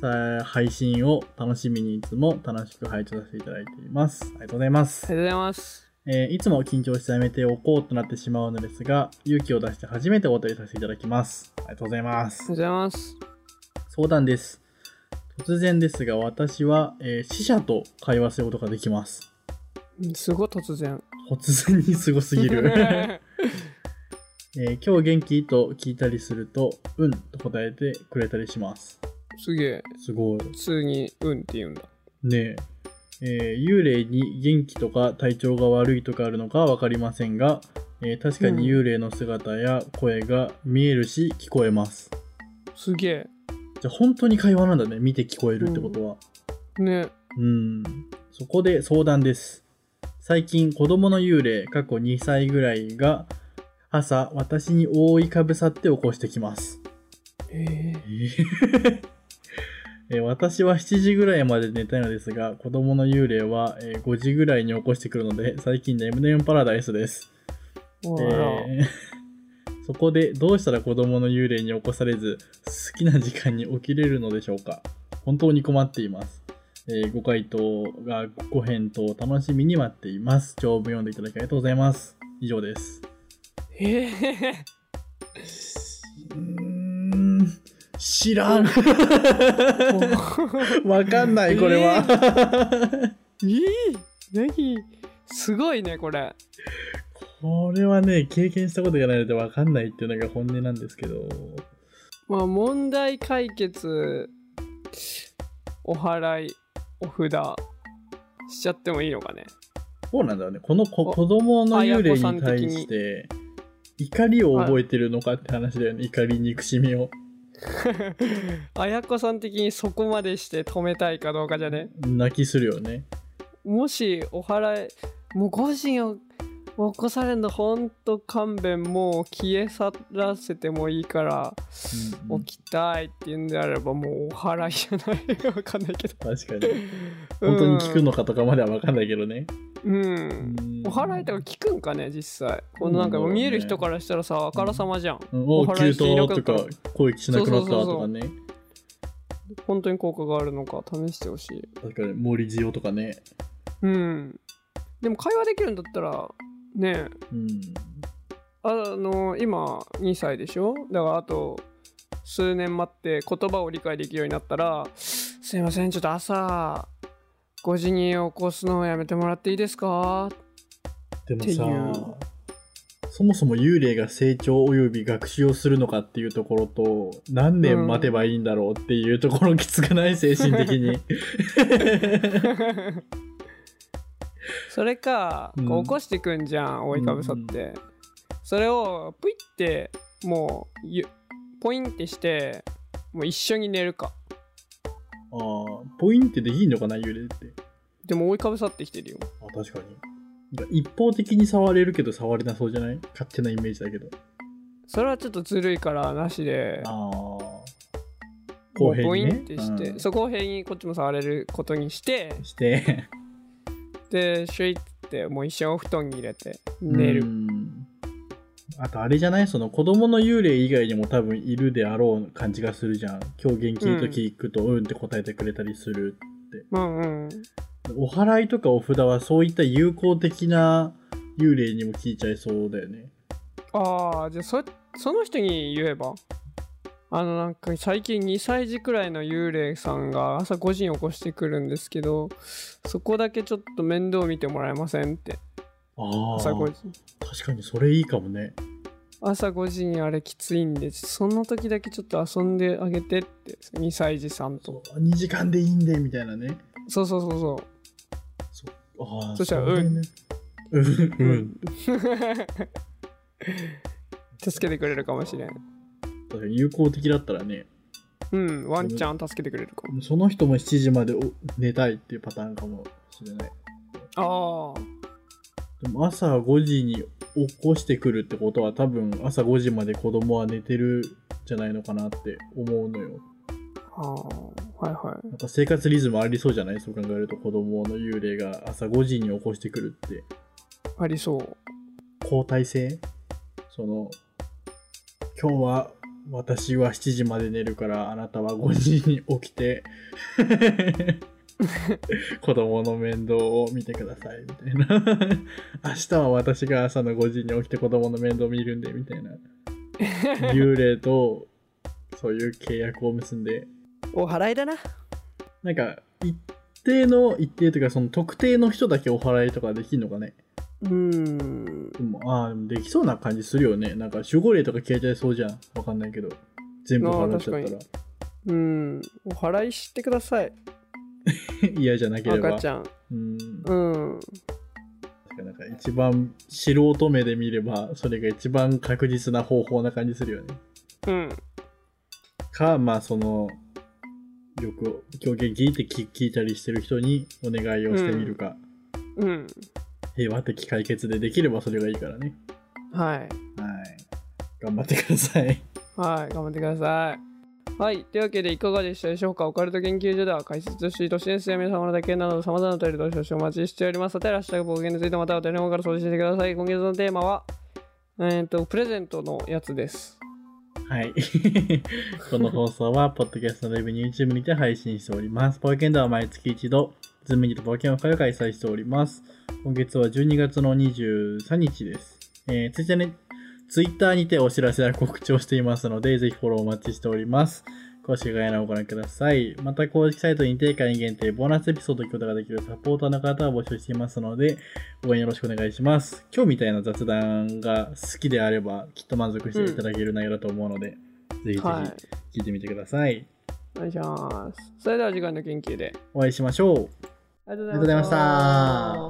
[SPEAKER 2] さ配信を楽しみにいつも楽しく拝聴させていただいています。ありがとうございます
[SPEAKER 1] あ。りがとうございます。
[SPEAKER 2] えーいつも緊張してやめておこうとなってしまうのですが、勇気を出して初めてお答えさせていただきます。ありがとうございま
[SPEAKER 1] あり
[SPEAKER 2] す
[SPEAKER 1] がとう。ございます。
[SPEAKER 2] 相談です。突然ですが、私は、えー死者と会話することができます。
[SPEAKER 1] うんすごい突然。
[SPEAKER 2] 突然にすごすぎ
[SPEAKER 1] <laughs>
[SPEAKER 2] る。えー今日元気と聞いたりすると、うんと答えてくれたりします。
[SPEAKER 1] すげえ。
[SPEAKER 2] すごい。
[SPEAKER 1] 普通にうんって言うんだ。
[SPEAKER 2] ねえ、えー幽霊に元気とか体調が悪いとかあるのかは分かりませんが、えー確かに幽霊の姿や声が見えるし聞こえます。
[SPEAKER 1] すげえ。
[SPEAKER 2] じゃあ本当に会話なんだね見て聞こえるってことは。
[SPEAKER 1] ね。
[SPEAKER 2] うん、そこで相談です。最近子供の幽霊過去2歳ぐらいが朝私に覆いかぶさって起こしてきます。
[SPEAKER 1] えー、
[SPEAKER 2] <laughs> えー私は7時ぐらいまで寝たいのですが、子供の幽霊はえー5時ぐらいに起こしてくるので、最近眠眠パラダイスです。
[SPEAKER 1] お
[SPEAKER 2] え
[SPEAKER 1] ら、
[SPEAKER 2] ー <laughs> そこでどうしたら子供の幽霊に起こされず、好きな時間に起きれるのでしょうか本当に困っています。えーご回答がご返答を楽しみに待っています。長文読んでいただきありがとうございます。以上です。
[SPEAKER 1] えー、
[SPEAKER 2] 知らん。
[SPEAKER 1] <laughs> お
[SPEAKER 2] <laughs> わかんない、これは。
[SPEAKER 1] えー、何すごいね、これ。
[SPEAKER 2] <laughs> これはね、経験したことがないので分かんないっていうのが本音なんですけど、
[SPEAKER 1] まあ、問題解決、お祓い、お札、しちゃってもいいのかね。 <laughs>
[SPEAKER 2] どうなんだろうね、この子
[SPEAKER 1] お
[SPEAKER 2] 子供の幽霊
[SPEAKER 1] 綾子さん
[SPEAKER 2] に
[SPEAKER 1] 的
[SPEAKER 2] 対
[SPEAKER 1] に
[SPEAKER 2] して、怒りを覚えてるのかって話だよね、怒り、憎しみを。
[SPEAKER 1] あやこさん的にそこまでして止めたいかどうかじゃね。
[SPEAKER 2] 泣きするよね。
[SPEAKER 1] もしお祓い、もう個人を起こされるのほんと勘弁もう消え去らせてもいいから
[SPEAKER 2] うんうん
[SPEAKER 1] 起きたいって言うんであればもうお祓いじゃ
[SPEAKER 2] <laughs>
[SPEAKER 1] ないわかんないけど
[SPEAKER 2] 確かに。本当に聞くのかとかまでは分かんないけどね。
[SPEAKER 1] うん、
[SPEAKER 2] うん
[SPEAKER 1] お祓いとか聞くんかね実際このなんか
[SPEAKER 2] どうなんだろうね
[SPEAKER 1] 見える人からしたらさあからさまじゃん
[SPEAKER 2] うん
[SPEAKER 1] お
[SPEAKER 2] おう、
[SPEAKER 1] 祓
[SPEAKER 2] 急
[SPEAKER 1] いしていなか
[SPEAKER 2] 騰
[SPEAKER 1] っ
[SPEAKER 2] と
[SPEAKER 1] た
[SPEAKER 2] か、声聞しなくなったとかね。
[SPEAKER 1] 本当に効果があるのか試してほしい
[SPEAKER 2] 確かに、森塩とかね。
[SPEAKER 1] うんでも会話できるんだったらねえ
[SPEAKER 2] うん。
[SPEAKER 1] あの今2歳でしょだからあと数年待って言葉を理解できるようになったら「すいませんちょっと朝5時に起こすのをやめてもらっていいですか? <laughs>
[SPEAKER 2] でも
[SPEAKER 1] って
[SPEAKER 2] さそもそも幽霊が成長および学習をするのかっていうところと何年待てばいいんだろうっていうところきつくない精神的に」
[SPEAKER 1] それか、こう
[SPEAKER 2] うん
[SPEAKER 1] 起こしてくんじゃん覆いかぶさって、それをプイってもうゆポインってしてもう一緒に寝るか
[SPEAKER 2] あーポインってできんのかな幽霊って
[SPEAKER 1] でも覆いかぶさってきてるよ
[SPEAKER 2] あ確かになんか一方的に触れるけど触れなそうじゃない勝手なイメージだけど
[SPEAKER 1] それはちょっとずるいからなしで
[SPEAKER 2] ああ
[SPEAKER 1] も
[SPEAKER 2] 公
[SPEAKER 1] う
[SPEAKER 2] 平
[SPEAKER 1] ボイ
[SPEAKER 2] にね
[SPEAKER 1] ンってして、
[SPEAKER 2] うん
[SPEAKER 1] そこを平にこっちも触れることにして
[SPEAKER 2] して
[SPEAKER 1] でシュイってもう一瞬お布団に入れて <laughs> 寝
[SPEAKER 2] う
[SPEAKER 1] る
[SPEAKER 2] んあとあれじゃないその子供の幽霊以外にも多分いるであろう感じがするじゃん今日元気の時行くとうんって答えてくれたりする、
[SPEAKER 1] うんうん
[SPEAKER 2] お祓いとかお札はそういった友好的な幽霊にも聞いちゃいそうだよね
[SPEAKER 1] ああじゃあそその人に言えばあのなんか最近2歳児くらいの幽霊さんが朝5時に起こしてくるんですけどそこだけちょっと面倒見てもらえませんって
[SPEAKER 2] ああ
[SPEAKER 1] 朝5時
[SPEAKER 2] 確かにそれいいかもね
[SPEAKER 1] 朝5時にあれきついんでその時だけちょっと遊んであげてって2歳児さんと
[SPEAKER 2] そう2時間でいいんでみたいなね
[SPEAKER 1] そうそうそうそう
[SPEAKER 2] ああ
[SPEAKER 1] そしたら
[SPEAKER 2] れねうんうん
[SPEAKER 1] 助けてくれるかもしれん
[SPEAKER 2] 確かに友好的だったらね
[SPEAKER 1] うんワンちゃん助けてくれるかも
[SPEAKER 2] その人も7時までお寝たいっていうパターンかもしれない。
[SPEAKER 1] ああ
[SPEAKER 2] でも朝5時に起こしてくるってことは多分朝5時まで子供は寝てるんじゃないのかなって思うのよ。
[SPEAKER 1] あーはいは
[SPEAKER 2] なんか生活リズムありそうじゃないそう考えると子供の幽霊が朝5時に起こしてくるって。
[SPEAKER 1] いありそう
[SPEAKER 2] 交代制その今日は私は7時まで寝るからあなたは5時に起き <laughs> て子供の面倒を見てくださいみたいな明日は私が朝の5時に起きて子供の面倒見るんでみたいな幽霊とそういう契約を結んで
[SPEAKER 1] お払いだな
[SPEAKER 2] なんか一定の一定というかその特定の人だけお払いとかできるのかね
[SPEAKER 1] うーん
[SPEAKER 2] でも、ああ、でもできそうな感じするよね。なんか守護霊とか消えちゃいそうじゃん。わかんないけど。全部払っちゃ
[SPEAKER 1] あー
[SPEAKER 2] っ
[SPEAKER 1] 確
[SPEAKER 2] た
[SPEAKER 1] うんお払いしてください
[SPEAKER 2] ら <laughs> 嫌じゃなければ。
[SPEAKER 1] 赤ちゃん
[SPEAKER 2] う
[SPEAKER 1] う
[SPEAKER 2] ん。
[SPEAKER 1] ん
[SPEAKER 2] 確かになんか一番素人目で見れば、それが一番確実な方法な感じするよね。
[SPEAKER 1] うん
[SPEAKER 2] か、まあその、よく狂言聞いて聞聞いたりしてる人にお願いをしてみるか、
[SPEAKER 1] うん
[SPEAKER 2] 平和的解決でできればそれがいいからね。
[SPEAKER 1] はい
[SPEAKER 2] はい。頑張ってください。
[SPEAKER 1] はい、頑張ってください。はい、というわけでいかがでしたでしょうかオカルト研究所では解説シート、シエンスや皆様の体験など様々なお便りどしどしお待ちしております。お便りはハッシュタグ暴言についてまたはお便りの方から送信してください。今月のテーマは、えー、と、プレゼントのやつです。
[SPEAKER 2] はい。 <laughs> この放送は、ポッドキャストのウェブに YouTube にて配信しております。冒険では毎月一度、ズームにと冒険会を開催しております。今月は12月の23日です。えー、ツイッターに、ツイッターにてお知らせや告知をしていますので、ぜひフォローお待ちしております。公式概要欄をご覧ください。また、公式サイトにて会員限定、ボーナスエピソードを聞くことができるサポーターの方を募集していますので、応援よろしくお願いします。今日みたいな雑談が好きであれば、きっと満足していただける内容だと思うので、ぜひぜ
[SPEAKER 1] は
[SPEAKER 2] ひ聞いてみてください。
[SPEAKER 1] い、お願いします。それでは次回の研究で。
[SPEAKER 2] お会いしましょう。
[SPEAKER 1] ありが
[SPEAKER 2] ありがとうございました